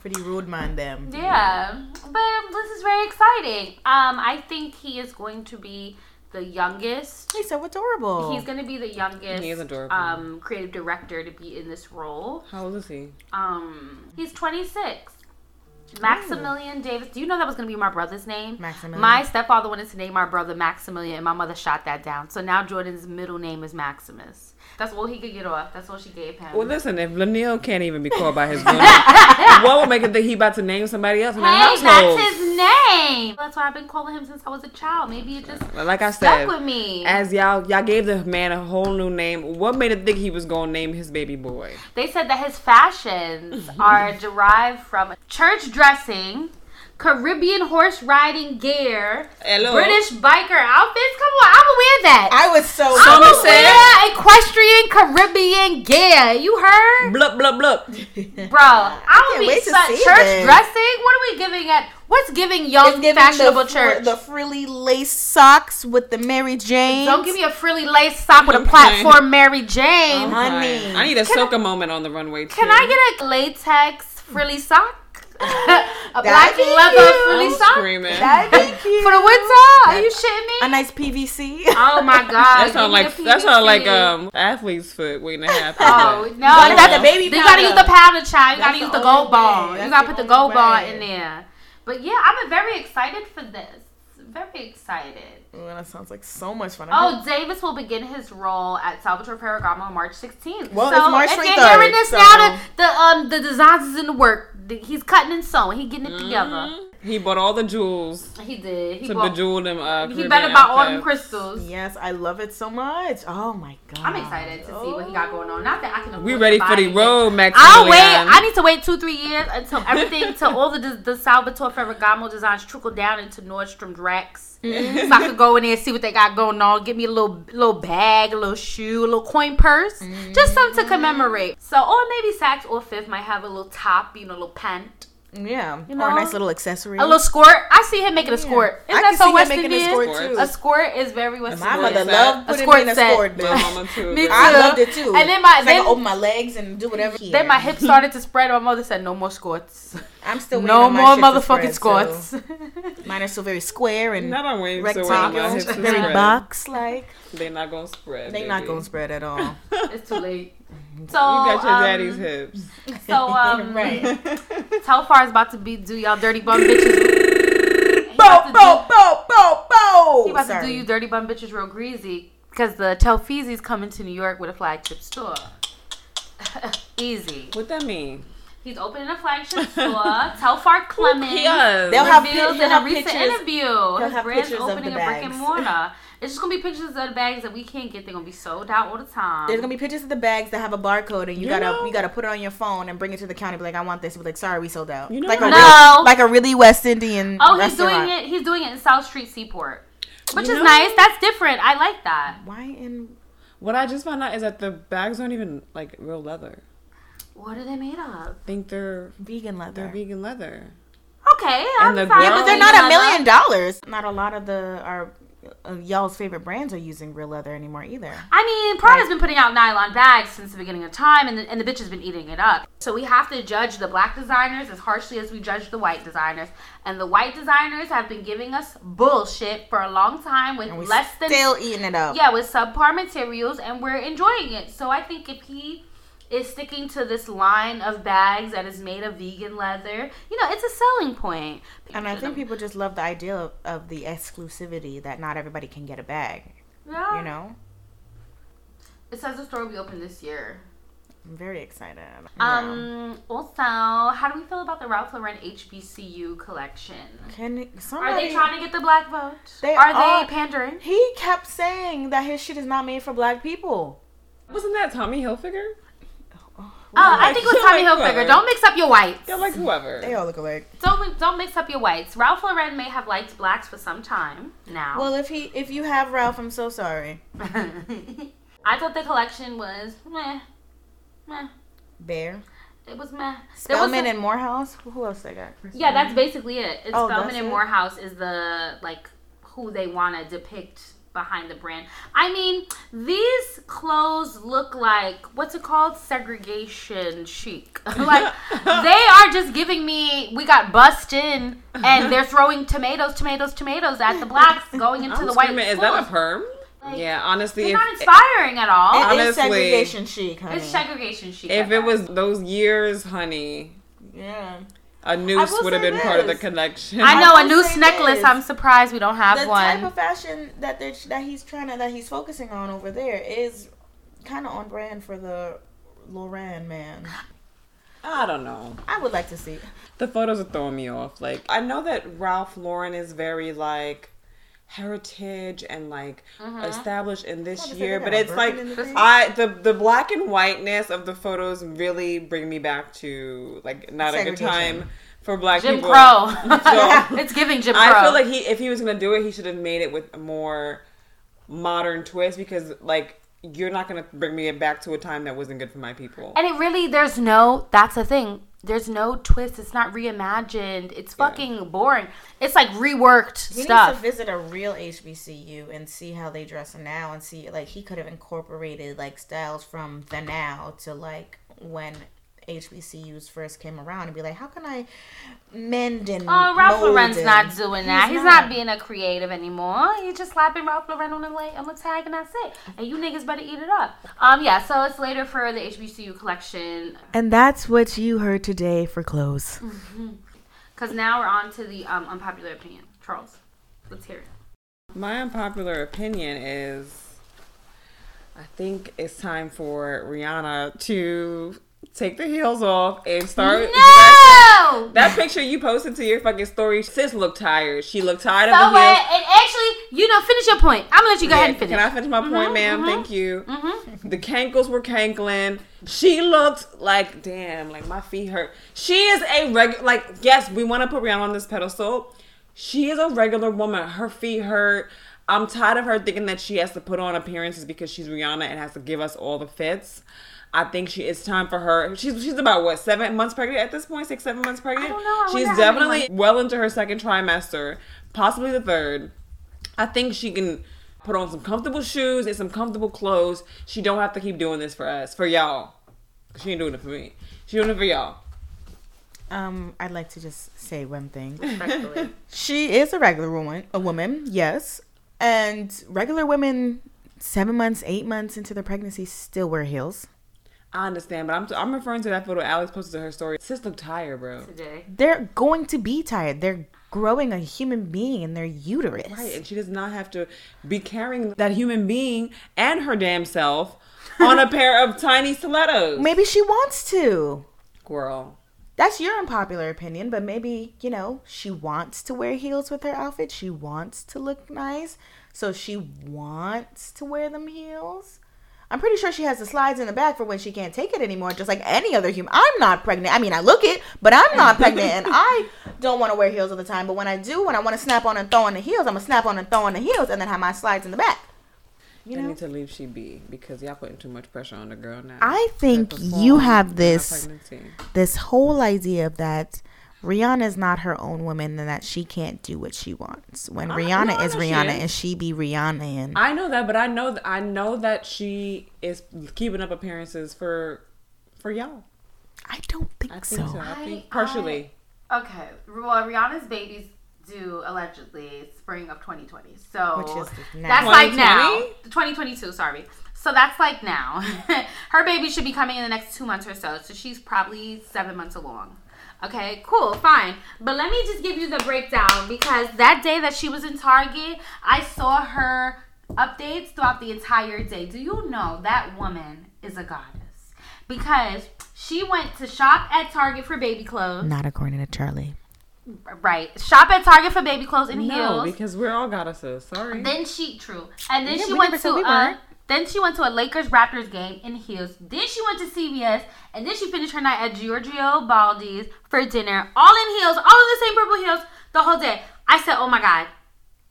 Speaker 2: Pretty rude man them.
Speaker 3: Yeah, but this is very exciting. Um, I think he is going to be the youngest.
Speaker 2: He's so adorable.
Speaker 3: He's going to be the youngest
Speaker 1: Oh. He is adorable.
Speaker 3: um, creative director to be in this role.
Speaker 1: How old is he?
Speaker 3: Um, he's 26.
Speaker 1: Oh.
Speaker 3: Maximilian Davis. Do you know that was going to be my brother's name?
Speaker 2: Maximilian.
Speaker 3: My stepfather wanted to name our brother Maximilian, and my mother shot that down. So now Jordan's middle name is Maximus. That's all he could get off. That's all she gave him.
Speaker 1: Well, listen, if Lanil can't even be called by his real name, what would make him think he about to name somebody else in the
Speaker 3: Hey,
Speaker 1: household?
Speaker 3: that's his name. That's why I've been calling him since I was a child. Maybe it just
Speaker 1: like I
Speaker 3: stuck with
Speaker 1: said,
Speaker 3: me.
Speaker 1: as y'all y'all gave the man a whole new name, what made him think he was gonna name his baby boy?
Speaker 3: they said that his fashions are derived from church dressing, Caribbean horse riding gear,
Speaker 1: Hello.
Speaker 3: British biker outfits. Come on, I would wear that. I-
Speaker 2: Oh. I was so.
Speaker 3: would
Speaker 1: Someone said-
Speaker 3: wear equestrian Caribbean gear. You heard,
Speaker 1: Blup blup blup.
Speaker 3: bro? I
Speaker 2: can't
Speaker 3: would be
Speaker 2: wait to
Speaker 3: such
Speaker 2: see
Speaker 3: church
Speaker 2: this.
Speaker 3: dressing. What are we giving at? What's giving young
Speaker 2: giving
Speaker 3: fashionable
Speaker 2: the, fr-
Speaker 3: church?
Speaker 2: The frilly lace socks with the Mary Jane.
Speaker 3: Don't give me a frilly lace sock with a
Speaker 1: Okay.
Speaker 3: platform, Mary Jane.
Speaker 2: Honey.
Speaker 1: I need a soca moment on the runway too.
Speaker 3: Can I get a latex frilly sock? A black
Speaker 2: be
Speaker 3: leather
Speaker 2: cute.
Speaker 3: frilly
Speaker 1: I'm
Speaker 3: sock
Speaker 1: screaming.
Speaker 2: That'd be cute.
Speaker 3: for the winter? Are you shitting me?
Speaker 2: A nice PVC.
Speaker 3: Oh my god.
Speaker 1: That
Speaker 3: give me
Speaker 1: sounds like
Speaker 3: the
Speaker 1: that sounds like
Speaker 3: PVC.
Speaker 1: um athlete's foot waiting to happen.
Speaker 3: Oh no,
Speaker 2: Like
Speaker 3: that's
Speaker 2: the baby
Speaker 3: You gotta
Speaker 2: powder.
Speaker 3: use the powder, child.
Speaker 2: That's
Speaker 3: You gotta use
Speaker 2: the
Speaker 3: the gold
Speaker 2: only
Speaker 3: ball.
Speaker 2: way.
Speaker 3: You
Speaker 2: That's
Speaker 3: gotta
Speaker 2: the
Speaker 3: put the
Speaker 2: only
Speaker 3: gold ball
Speaker 2: way.
Speaker 3: in there. But yeah, I'm very excited for this. Very excited.
Speaker 2: Ooh, that sounds like so much fun.
Speaker 3: Oh, Davis will begin his role at Salvatore Ferragamo on March 16th.
Speaker 2: Well, it's March
Speaker 3: if you're
Speaker 2: 23rd,
Speaker 3: hearing this
Speaker 2: so-
Speaker 3: now, the, the um the designs is in the work. The- He's cutting and sewing. He
Speaker 1: Mm-hmm.
Speaker 3: getting it together.
Speaker 1: He bought all the jewels
Speaker 3: He did. He,
Speaker 1: to
Speaker 3: bought,
Speaker 1: bejewel them. Uh,
Speaker 3: he
Speaker 1: Caribbean
Speaker 3: better buy all them
Speaker 1: outfits.
Speaker 3: crystals.
Speaker 2: Yes, I love it so much. Oh my god.
Speaker 3: I'm excited to see what he got going on. Not that I can.
Speaker 1: We
Speaker 3: afford
Speaker 1: ready
Speaker 3: to
Speaker 1: for
Speaker 3: buy
Speaker 1: the
Speaker 3: anything.
Speaker 1: road, Max.
Speaker 3: I'll wait.
Speaker 1: Gilliam.
Speaker 3: I need to wait two, three years until everything, till all the the Salvatore Ferragamo designs trickle down into Nordstrom's racks, so I could go in there and see what they got going on. Get me a little little bag, a little shoe, a little coin purse, just something to commemorate. So, or maybe Saks or Fifth might have a little top, you know, a little pant,
Speaker 2: Yeah.
Speaker 3: You
Speaker 2: or
Speaker 3: know?
Speaker 2: a nice little accessory.
Speaker 3: a little skirt. I see him making a
Speaker 2: Yeah.
Speaker 3: skirt.
Speaker 2: I
Speaker 3: Isn't
Speaker 2: can
Speaker 3: that so
Speaker 2: see him
Speaker 3: West
Speaker 2: making a
Speaker 3: Indian?
Speaker 2: squirt
Speaker 1: Squirt.
Speaker 2: too.
Speaker 3: A skirt is very West
Speaker 2: My
Speaker 3: Indian.
Speaker 2: mother
Speaker 1: set.
Speaker 2: loved
Speaker 3: A
Speaker 2: putting
Speaker 3: squirt
Speaker 2: me in a
Speaker 3: set.
Speaker 2: squirt.
Speaker 1: My mama too.
Speaker 3: Me
Speaker 1: girl.
Speaker 2: I
Speaker 3: too.
Speaker 2: loved it too.
Speaker 3: And then my-
Speaker 2: So I
Speaker 3: then-
Speaker 2: can open my legs and do whatever. Yeah.
Speaker 3: Then my hips started to spread. My mother said, "No more skirts.
Speaker 2: I'm still waiting
Speaker 3: No
Speaker 2: on my
Speaker 3: more
Speaker 2: shit to
Speaker 3: motherfucking
Speaker 2: spread,
Speaker 3: skirts."
Speaker 2: so- Mine are still very square and
Speaker 1: Not on waves, so when my
Speaker 2: rectangular,
Speaker 1: hips is
Speaker 2: very
Speaker 1: spread,
Speaker 2: box like.
Speaker 1: They not gonna spread.
Speaker 2: They not
Speaker 1: baby.
Speaker 2: gonna spread at all.
Speaker 3: It's too late. So you
Speaker 1: You got your
Speaker 3: Oh, um,
Speaker 1: daddy's hips.
Speaker 3: So um,
Speaker 2: Right.
Speaker 3: Telfar is about to be do y'all dirty bum bitches. He
Speaker 2: Bo
Speaker 3: about to
Speaker 2: bo
Speaker 3: do-
Speaker 2: bo bo bo.
Speaker 3: he about to do
Speaker 2: Sorry.
Speaker 3: you dirty bum bitches real greasy because the Telfeezy's coming to New York with a flagship store. Easy.
Speaker 1: What that mean?
Speaker 3: He's opening a flagship store. Telfar Clemens
Speaker 1: Yes.
Speaker 2: They'll have pi-
Speaker 3: reveals
Speaker 2: he'll
Speaker 3: in a
Speaker 2: have
Speaker 3: recent
Speaker 2: pictures.
Speaker 3: interview his
Speaker 2: have
Speaker 3: brand's
Speaker 2: pictures of
Speaker 3: opening
Speaker 2: the
Speaker 3: a brick and
Speaker 2: bags.
Speaker 3: mortar. It's just gonna be pictures of the bags that we can't get. They're gonna be sold out all the time.
Speaker 2: There's gonna be pictures of the bags that have a barcode, and you,
Speaker 1: You
Speaker 2: gotta
Speaker 1: know-
Speaker 2: you gotta put it on your phone and bring it to the county. Be like, I want this. Be like, sorry, we sold out.
Speaker 1: You know
Speaker 2: like
Speaker 1: what?
Speaker 2: a
Speaker 3: No.
Speaker 2: real, like a really West Indian.
Speaker 3: oh, he's
Speaker 2: restaurant.
Speaker 3: doing it. He's doing it in South Street Seaport, which
Speaker 1: You
Speaker 3: is
Speaker 1: know-
Speaker 3: nice. That's different. I like that.
Speaker 2: Why in?
Speaker 1: What I just found out is that the bags aren't even like real leather.
Speaker 3: What are they made of?
Speaker 1: I think they're
Speaker 2: Vegan leather.
Speaker 1: they're vegan leather.
Speaker 3: Okay, I'm
Speaker 1: the
Speaker 3: sorry.
Speaker 1: Yeah,
Speaker 2: But
Speaker 1: Oh,
Speaker 2: they're
Speaker 1: you
Speaker 2: not
Speaker 3: Another-
Speaker 2: a million dollars. Not a lot of the our uh, y'all's favorite brands are using real leather anymore either.
Speaker 3: I mean, Prada's been putting out nylon bags since the beginning of time, and the, and the bitch has been eating it up. So we have to judge the black designers as harshly as we judge the white designers, and the white designers have been giving us bullshit for a long time with
Speaker 2: And we
Speaker 3: less than
Speaker 2: still eating it up.
Speaker 3: yeah with subpar materials, and we're enjoying it. So I think if he is sticking to this line of bags that is made of vegan leather, you know, it's a selling point.
Speaker 2: And I think people just love the idea of, of the exclusivity that not everybody can get a bag.
Speaker 3: yeah.
Speaker 2: You know,
Speaker 3: it says the store will be open this year.
Speaker 2: I'm very excited. Yeah.
Speaker 3: Um. Also, how do we feel about the Ralph Lauren HBCU collection?
Speaker 2: can
Speaker 3: Are
Speaker 2: somebody?
Speaker 3: they trying to get the black vote?
Speaker 2: They
Speaker 3: are
Speaker 2: are-
Speaker 3: they pandering?
Speaker 2: he kept saying that his shit is not made for black people.
Speaker 1: Wasn't that Tommy Hilfiger?
Speaker 3: Uh, I think it was
Speaker 1: Yeah,
Speaker 3: Tommy
Speaker 1: like
Speaker 3: Hilfiger.
Speaker 1: what?
Speaker 3: Don't mix up your whites.
Speaker 1: Yeah, like whoever.
Speaker 2: They all look alike.
Speaker 3: Don't don't mix up your whites. Ralph Lauren may have liked blacks for some time now.
Speaker 2: Well, if he if you have Ralph, I'm so sorry.
Speaker 3: I thought the collection was meh, meh.
Speaker 2: Bear,
Speaker 3: It was meh. There was
Speaker 2: Spellman,
Speaker 3: a-
Speaker 2: and Morehouse. Who else they got?
Speaker 3: Yeah, that's basically it. It's
Speaker 2: Oh,
Speaker 3: Spelman
Speaker 2: that's
Speaker 3: and
Speaker 2: it?
Speaker 3: Morehouse is the like who they want to depict behind the brand. I mean, these clothes look like what's it called? Segregation chic. like they are just giving me we got bust in and they're throwing tomatoes, tomatoes, tomatoes at the blacks going into
Speaker 1: I'm
Speaker 3: the white.
Speaker 1: screaming, is that a
Speaker 3: schools.
Speaker 1: perm?
Speaker 3: Like,
Speaker 1: yeah, honestly,
Speaker 3: They're
Speaker 1: if,
Speaker 3: not inspiring at all.
Speaker 2: It
Speaker 1: Honestly.
Speaker 2: is segregation chic, honey.
Speaker 3: it's segregation chic.
Speaker 1: if
Speaker 3: at
Speaker 1: it
Speaker 3: best.
Speaker 1: was those years, honey,
Speaker 2: yeah.
Speaker 1: a noose
Speaker 2: will
Speaker 1: would have
Speaker 2: say
Speaker 1: been part of the
Speaker 2: this.
Speaker 1: collection.
Speaker 3: I know
Speaker 2: I
Speaker 3: a
Speaker 2: will
Speaker 3: noose
Speaker 2: say
Speaker 3: necklace.
Speaker 2: this.
Speaker 3: I'm surprised we don't have
Speaker 2: The
Speaker 3: one.
Speaker 2: type of fashion that they're that he's trying to that he's focusing on over there is kind of on brand for the Loran man.
Speaker 1: I don't know.
Speaker 2: I would like to see.
Speaker 1: The photos are throwing me off. Like I know that Ralph Lauren is very like heritage and like
Speaker 2: Mm-hmm.
Speaker 1: established in this
Speaker 2: What is it,
Speaker 1: year,
Speaker 2: they
Speaker 1: but
Speaker 2: got
Speaker 1: it's
Speaker 2: Birkin
Speaker 1: like
Speaker 2: in the thing?
Speaker 1: I the the black and whiteness of the photos really bring me back to like not a good
Speaker 2: Segregation.
Speaker 1: time for black
Speaker 3: Jim
Speaker 1: people.
Speaker 3: Crow.
Speaker 1: So-
Speaker 3: it's giving Jim Crow.
Speaker 1: I feel like he if he was gonna do it, he should have made it with a more modern twist because like you're not gonna bring me back to a time that wasn't good for my people.
Speaker 3: And it really, there's no, that's the thing. There's no twist. It's not reimagined. It's fucking boring. It's like reworked
Speaker 2: He needs
Speaker 3: stuff.
Speaker 2: to visit a real HBCU and see how they dress now and see like he could have incorporated like styles from the now to like when HBCUs first came around and be like, how can I mend and
Speaker 3: Oh, Ralph
Speaker 2: mold
Speaker 3: Lauren's
Speaker 2: and-
Speaker 3: not doing that.
Speaker 2: He's
Speaker 3: He's not.
Speaker 2: not.
Speaker 3: being a creative anymore. He's just slapping Ralph Lauren on the leg on the tag, and that's it. And you niggas better eat it up. Um, yeah. So it's later for the HBCU collection
Speaker 2: And that's what you heard today for clothes.
Speaker 3: because now we're on to the um, unpopular opinion. Charles, let's hear it.
Speaker 1: My unpopular opinion is I think it's time for Rihanna to take the heels off and start.
Speaker 3: No.
Speaker 1: That picture you posted to your fucking story, sis looked tired. She looked tired
Speaker 3: So
Speaker 1: of the
Speaker 3: what?
Speaker 1: heels.
Speaker 3: And actually, you know, finish your point. I'm gonna let you go ahead and
Speaker 1: Yeah,
Speaker 3: finish.
Speaker 1: Can
Speaker 3: Mm-hmm.
Speaker 1: I finish my point,
Speaker 3: Mhm,
Speaker 1: madam
Speaker 3: mhm.
Speaker 1: Thank you. The cankles were cankling. She looked like, damn, like my feet hurt. She is a regular, like, yes, we want to put Rihanna on this pedestal. She is a regular woman. Her feet hurt. I'm tired of her thinking that she has to put on appearances because she's Rihanna and has to give us all the fits. I think she it's time for her. She's she's about what seven months pregnant at this point, six seven months pregnant.
Speaker 3: don't know. I wonder
Speaker 1: she's
Speaker 3: how many
Speaker 1: definitely well into her second trimester, possibly the third. I think she can put on some comfortable shoes and some comfortable clothes. She don't have to keep doing this for us, for y'all. She ain't doing it for me. She doing it for y'all.
Speaker 2: Um, I'd like to just say one thing.
Speaker 3: Respectfully.
Speaker 2: She is a regular woman, a woman, yes. And regular women, seven months, eight months into their pregnancy, still wear heels.
Speaker 1: I understand, but I'm I'm referring to that photo Alex posted to her story. Sis look tired, bro.
Speaker 3: Today.
Speaker 2: They're going to be tired. They're growing a human being in their uterus.
Speaker 1: Right, and she does not have to be carrying that human being and her damn self on a pair of tiny stilettos.
Speaker 2: Maybe she wants to.
Speaker 1: Girl,
Speaker 2: That's your unpopular opinion, but maybe, you know, she wants to wear heels with her outfit. She wants to look nice. So she wants to wear them heels. I'm pretty sure she has the slides in the back for when she can't take it anymore, just like any other human. I'm not pregnant. I mean, I look it, but I'm not pregnant and I don't want to wear heels all the time. But when I do, when I want to snap on and throw on the heels, I'm going to snap on and throw on the heels and then have my slides in the back.
Speaker 1: you need to leave she be because y'all putting too much pressure on the girl now.
Speaker 2: I think
Speaker 1: Her
Speaker 2: you
Speaker 1: performance
Speaker 2: have
Speaker 1: and her
Speaker 2: this.
Speaker 1: pregnancy.
Speaker 2: this whole idea of that Rihanna is not her own woman and that she can't do what she wants. When
Speaker 1: I-
Speaker 2: Rihanna
Speaker 1: no, I
Speaker 2: is
Speaker 1: know she
Speaker 2: Rihanna
Speaker 1: is.
Speaker 2: and she be Rihanna and
Speaker 1: I know that, but I know th- I know that she is keeping up appearances for for y'all.
Speaker 2: I don't think,
Speaker 1: I
Speaker 2: so.
Speaker 1: think so. I
Speaker 3: I-
Speaker 1: think partially.
Speaker 3: Okay. Well, Rihanna's babies do allegedly spring of 2020. So
Speaker 2: Which is now.
Speaker 3: that's like now.
Speaker 1: 2020?
Speaker 3: 2022, sorry. So that's like now. Her baby should be coming in the next two months or so. So she's probably seven months along. Okay, cool, fine. But let me just give you the breakdown because that day that she was in Target, I saw her updates throughout the entire day. Do you know that woman is a goddess? Because she went to shop at Target for baby clothes.
Speaker 2: Not according to Charlie.
Speaker 3: Right. Shop at Target for baby clothes and
Speaker 1: No,
Speaker 3: heels.
Speaker 1: because we're all goddesses. Sorry.
Speaker 3: Then she true. And then
Speaker 2: Yeah,
Speaker 3: she
Speaker 2: we
Speaker 3: went
Speaker 2: never said
Speaker 3: to
Speaker 2: we
Speaker 3: uh,
Speaker 2: weren't.
Speaker 3: then she went to a Lakers Raptors game in heels. Then she went to CVS and then she finished her night at Giorgio Baldi's for dinner. All in heels, all in the same purple heels the whole day. I said, "Oh my god."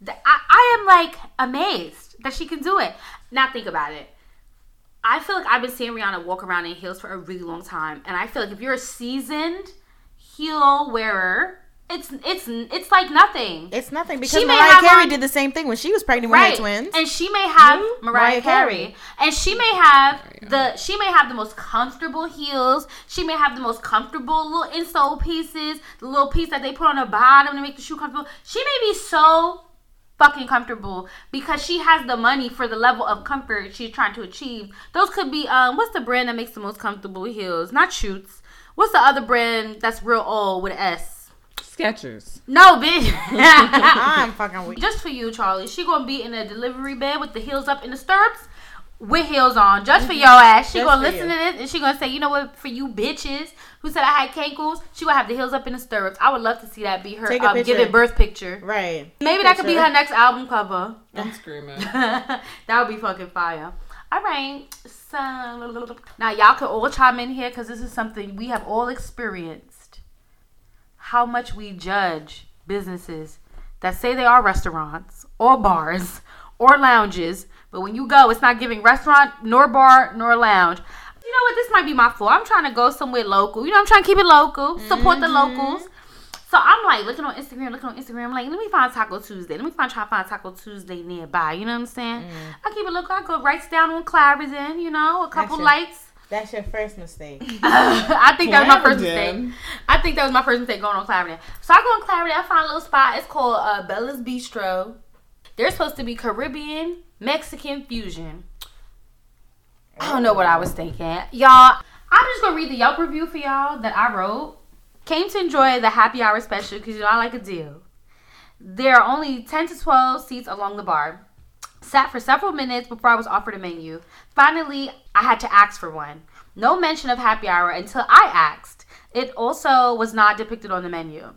Speaker 3: Th- I, I am like amazed that she can do it. Now think about it. I feel like I've been seeing Rihanna walk around in heels for a really long time, and I feel like if you're a seasoned heel wearer, it's it's it's like nothing.
Speaker 2: It's nothing because
Speaker 3: She may
Speaker 2: Mariah
Speaker 3: have
Speaker 2: Carey
Speaker 3: on-
Speaker 2: did the same thing when she was pregnant
Speaker 3: right.
Speaker 2: with her twins.
Speaker 3: And she may have
Speaker 2: Mariah
Speaker 3: Mariah, Carey.
Speaker 2: Carey.
Speaker 3: and she may have the she may have the most comfortable heels. She may have the most comfortable little insole pieces, the little piece that they put on her bottom to make the shoe comfortable. She may be so fucking comfortable because she has the money for the level of comfort she's trying to achieve. Those could be um what's the brand that makes the most comfortable heels? Not shoots. What's the other brand that's real old with an S?
Speaker 1: Skechers.
Speaker 3: No, bitch.
Speaker 2: I'm fucking weak.
Speaker 3: Just for you, Charlie. She gonna be in a delivery bed with the heels up in the stirrups, with heels on, just for your ass. She
Speaker 2: Mm-hmm. Just
Speaker 3: gonna
Speaker 2: for
Speaker 3: listen
Speaker 2: you.
Speaker 3: to this and she gonna say, you know what? For you bitches who said I had cankles, she gonna have the heels up in the stirrups. I would love to see that be her
Speaker 2: Take a
Speaker 3: um,
Speaker 2: picture.
Speaker 3: giving birth picture.
Speaker 2: Right.
Speaker 3: Maybe that could be
Speaker 2: Picture.
Speaker 3: her next album cover.
Speaker 1: I'm screaming.
Speaker 3: that would be fucking fire. All right, so now y'all can all chime in here because this is something we have all experienced. How much we judge businesses that say they are restaurants or bars or lounges, but when you go, it's not giving restaurant nor bar nor lounge. You know what? This might be my fault. I'm trying to go somewhere local. You know, I'm trying to keep it local, support the locals. So I'm like looking on Instagram, looking on Instagram, like, let me find Taco Tuesday. Let me find try to find Taco Tuesday nearby. You know what I'm saying? I keep it local. I go right down on Clarendon, you know, a couple
Speaker 2: Gotcha.
Speaker 3: lights.
Speaker 2: That's your first mistake.
Speaker 3: I think that was my first
Speaker 1: Clarendon.
Speaker 3: mistake. I think that was my first mistake going on Clarendon. So I go on Clarendon. I find a little spot. It's called uh, Bella's Bistro. They're supposed to be Caribbean Mexican fusion. I don't know what I was thinking, y'all. I'm just gonna read the Yelp review for y'all that I wrote. Came to enjoy the happy hour special because you know I like a deal. There are only 10 to 12 seats along the bar. Sat for several minutes before I was offered a menu. Finally, I had to ask for one. No mention of happy hour until I asked. It also was not depicted on the menu.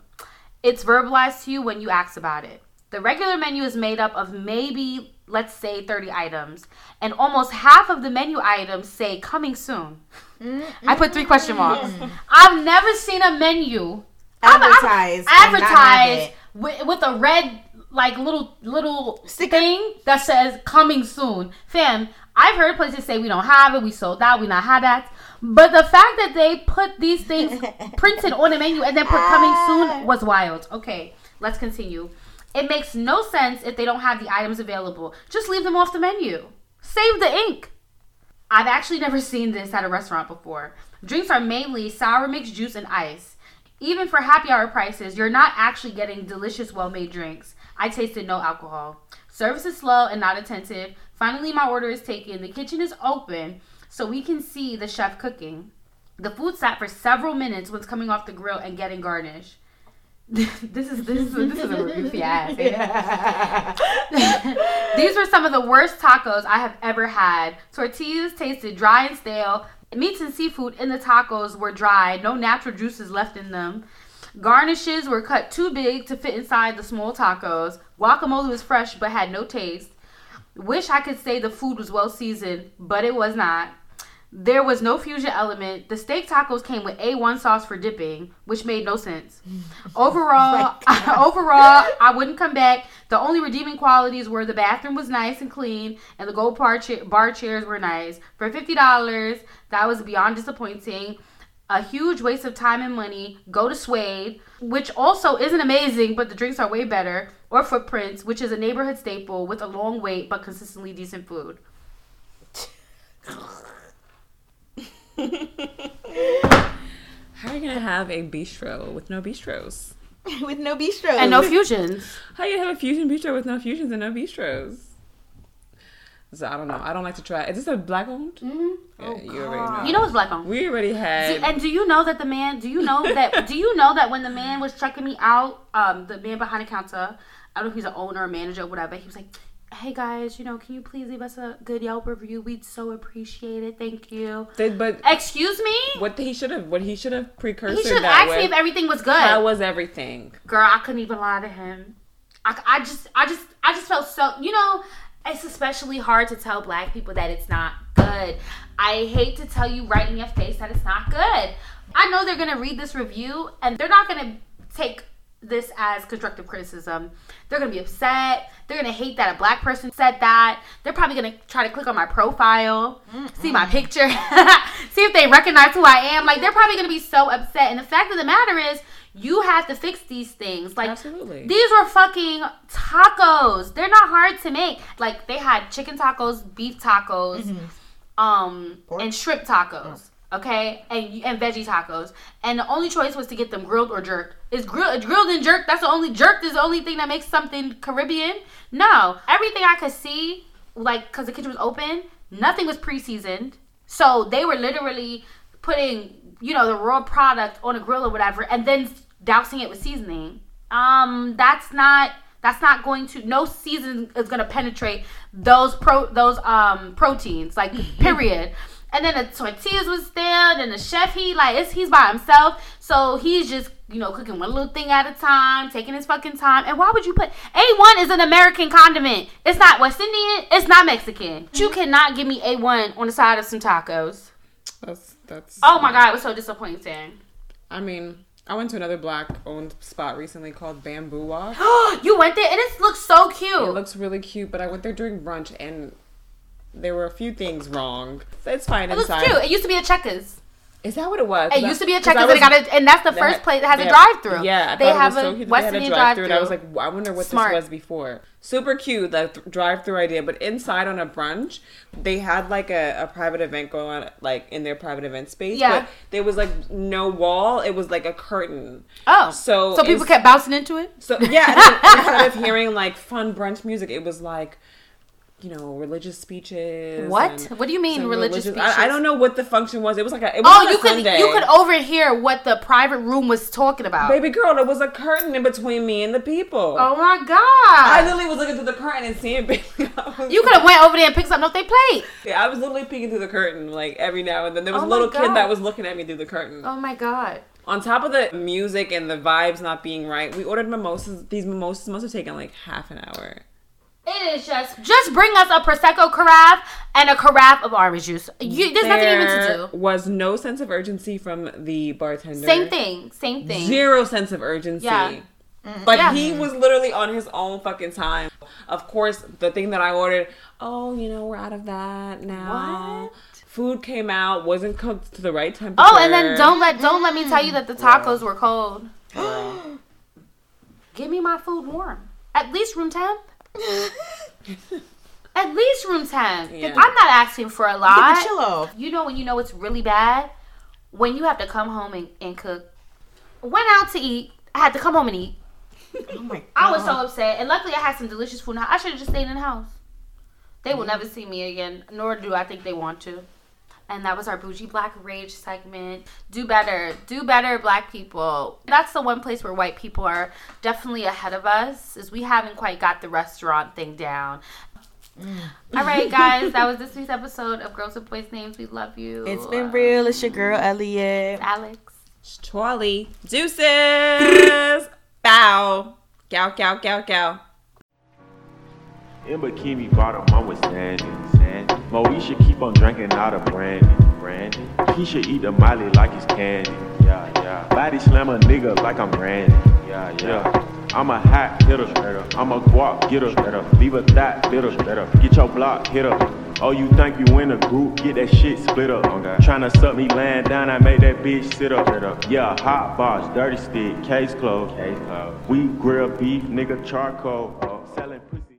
Speaker 3: It's verbalized to you when you ask about it. The regular menu is made up of maybe, let's say, 30 items, and almost half of the menu items say coming soon. I put three question marks. I've never seen a menu I'm- I'm
Speaker 2: Advertise. and not have
Speaker 3: advertised
Speaker 2: it.
Speaker 3: with, with a red like little little
Speaker 2: Sticker.
Speaker 3: thing that says coming soon. Fam, I've heard places say we don't have it, we sold out, we not had that. But the fact that they put these things printed on the menu and then put coming
Speaker 2: Ah.
Speaker 3: soon was wild. Okay, let's continue. It makes no sense if they don't have the items available. Just leave them off the menu. Save the ink. I've actually never seen this at a restaurant before. Drinks are mainly sour mixed juice and ice. Even for happy hour prices, you're not actually getting delicious, well made drinks. I tasted no alcohol. Service is slow and not attentive. Finally, my order is taken. The kitchen is open so we can see the chef cooking. The food sat for several minutes when it's coming off the grill and getting garnished. this is this is this is a review for your ass. These were some of the worst tacos I have ever had. Tortillas tasted dry and stale. Meats and seafood in the tacos were dry, no natural juices left in them. Garnishes were cut too big to fit inside the small tacos. Guacamole was fresh but had no taste. Wish I could say the food was well seasoned, but it was not. There was no fusion element. The steak tacos came with A1 sauce for dipping, which made no sense. Overall, overall, I wouldn't come back. The only redeeming qualities were the bathroom was nice and clean, and the gold bar, chair, bar chairs were nice. For fifty dollars, that was beyond disappointing. A huge waste of time and money. Go to Suede, which also isn't amazing, but the drinks are way better. Or Footprints, which is a neighborhood staple with a long wait but consistently decent food.
Speaker 1: How are you gonna have a bistro with no bistros?
Speaker 2: with no bistro
Speaker 3: And no fusions.
Speaker 1: How you have a fusion bistro with no fusions and no bistros? So I don't know. I don't like to try. Is this a black owned? Mm-hmm. you already know.
Speaker 3: You know what's black on?
Speaker 1: we already had.
Speaker 3: Do- Oh, and do you know that the man? Do you know that? do you know that when the man was checking me out, um, the man behind the counter, I don't know if he's an owner or manager or whatever. He was like, "Hey guys, you know, can you please leave us a good Yelp review? We'd so appreciate it. Thank you."
Speaker 1: They- but
Speaker 3: Excuse me.
Speaker 1: what he should have, what he should have precursored
Speaker 3: He should have
Speaker 1: that
Speaker 3: asked
Speaker 1: way.
Speaker 3: me if everything was good.
Speaker 1: How was everything?
Speaker 3: Girl, I couldn't even lie to him. I, I just, I just, I just felt so. You know, it's especially hard to tell black people that it's not good. I hate to tell you right in your face that it's not good. I know they're gonna read this review and they're not gonna take this as constructive criticism. They're gonna be upset. They're gonna hate that a black person said that. They're probably gonna try to click on my profile, see my picture, see if they recognize who I am. Like they're probably gonna be so upset. And the fact of the matter is, you have to fix these things. Like
Speaker 1: Absolutely.
Speaker 3: these were fucking tacos. They're not hard to make. Like they had chicken tacos, beef tacos, um, and shrimp tacos. Okay, and and veggie tacos. And the only choice was to get them grilled or jerked. Is grilled grilled and jerked? That's the only jerked is the only thing that makes something Caribbean. No, everything I could see, like because the kitchen was open, nothing was pre-seasoned. So they were literally putting you know the raw product on a grill or whatever, and then dousing it with seasoning um that's not that's not going to no season is going to penetrate those pro those um proteins like period and then the tortillas was there and the chef he like it's, he's by himself so he's just you know cooking one little thing at a time taking his fucking time and why would you put a1 is an american condiment it's not west indian it's not mexican you cannot give me a1 on the side of some tacos
Speaker 1: That's that's.
Speaker 3: oh my god it was so disappointing
Speaker 1: I mean, I went to another black-owned spot recently called Bamboo Walk.
Speaker 3: you went there and it looks so cute
Speaker 1: It looks really cute, but I went there during brunch and there were a few things wrong. So It's fine
Speaker 3: it looks
Speaker 1: inside.
Speaker 3: cute it used to be a checkers
Speaker 1: Is that what it was?
Speaker 3: It
Speaker 1: 'Cause I-
Speaker 3: used to be a
Speaker 1: 'cause I
Speaker 3: checkers, and it
Speaker 1: was-
Speaker 3: got a, and that's the
Speaker 1: they
Speaker 3: first
Speaker 1: had-
Speaker 3: place that has
Speaker 1: they
Speaker 3: a
Speaker 1: had-
Speaker 3: drive through.
Speaker 1: Yeah, I
Speaker 3: they
Speaker 1: thought it
Speaker 3: have
Speaker 1: was so
Speaker 3: a
Speaker 1: cute that
Speaker 3: West
Speaker 1: they had
Speaker 3: Indian drive
Speaker 1: drive-thru,
Speaker 3: through.
Speaker 1: and I was like, "Wow, I wonder what
Speaker 3: Smart.
Speaker 1: this was before. Super cute, that th- drive through idea. But inside on a brunch, they had like a, a private event going on, like in their private event space.
Speaker 3: Yeah.
Speaker 1: But there was like no wall, it was like a curtain.
Speaker 3: oh,
Speaker 1: so
Speaker 3: so people
Speaker 1: it's-
Speaker 3: kept bouncing into it.
Speaker 1: So yeah, and then instead of hearing like fun brunch music, it was like, you know, religious speeches.
Speaker 3: What?
Speaker 1: and
Speaker 3: What do you mean
Speaker 1: some
Speaker 3: religious
Speaker 1: I, I
Speaker 3: speeches?
Speaker 1: don't know what the function was. It was like a. It was
Speaker 3: Oh,
Speaker 1: on a
Speaker 3: you could
Speaker 1: Sunday.
Speaker 3: you could overhear what the private room was talking about.
Speaker 1: Baby girl, there was a curtain in between me and the people.
Speaker 3: Oh my god!
Speaker 1: I literally was looking through the curtain and seeing.
Speaker 3: you could have went over there and picked something off their plate.
Speaker 1: Yeah, I was literally peeking through the curtain like every now and then. There was
Speaker 3: Oh
Speaker 1: a
Speaker 3: my
Speaker 1: little
Speaker 3: God.
Speaker 1: kid that was looking at me through the curtain.
Speaker 3: Oh my god!
Speaker 1: On top of the music and the vibes not being right, we ordered mimosas. These mimosas must have taken like half an hour.
Speaker 3: It is just just bring us a prosecco carafe and a carafe of orange juice. You, there's nothing even to do.
Speaker 1: Was no sense of urgency from the bartender.
Speaker 3: Same thing. Same thing.
Speaker 1: Zero sense of urgency.
Speaker 3: Yeah.
Speaker 1: Like
Speaker 3: Yeah.
Speaker 1: he was literally on his own fucking time. Of course, the thing that I ordered, oh, you know, we're out of that now.
Speaker 3: What?
Speaker 1: Food came out, wasn't cooked to the right temperature.
Speaker 3: Oh, and then don't let don't let me tell you that the tacos were cold. Give me my food warm. At least room temp. At least room temp.
Speaker 1: Yeah.
Speaker 3: I'm not asking for a
Speaker 2: Get the
Speaker 3: lot.
Speaker 2: chill off.
Speaker 3: You know when you know it's really bad? When you have to come home and, and cook. Went out to eat. I had to come home and eat.
Speaker 2: Oh my god.
Speaker 3: I was so upset. And luckily I had some delicious food. I should have just stayed in the house. They will never see me again, nor do I think they want to. And that was our bougie black rage segment. Do better. Do better, black people. That's the one place where white people are definitely ahead of us, is we haven't quite got the restaurant thing down.
Speaker 2: Mm.
Speaker 3: All right, guys, that was this week's episode of Girls with Boys Names. We love you.
Speaker 2: It's been real. It's your girl Elliot.
Speaker 3: Alex.
Speaker 1: Trolley. Deuces. Bow. Gow, gow, gow, gow.
Speaker 7: In bikini bottom, I was standing, standing. Moesha keep on drinking out of Brandon, Brandon. Keisha eat the Molly like it's candy, yeah, yeah. Body slam a nigga like I'm Randy, yeah, yeah. I'm a hot hitter, I'm a guap getter, leave a thought bitter, get your block hit up. Oh, you think you in a group? Get that shit split up. Tryna suck me laying down, I make that bitch sit up. Yeah, hot box, dirty stick, case closed. Case closed. We grill beef, nigga, charcoal.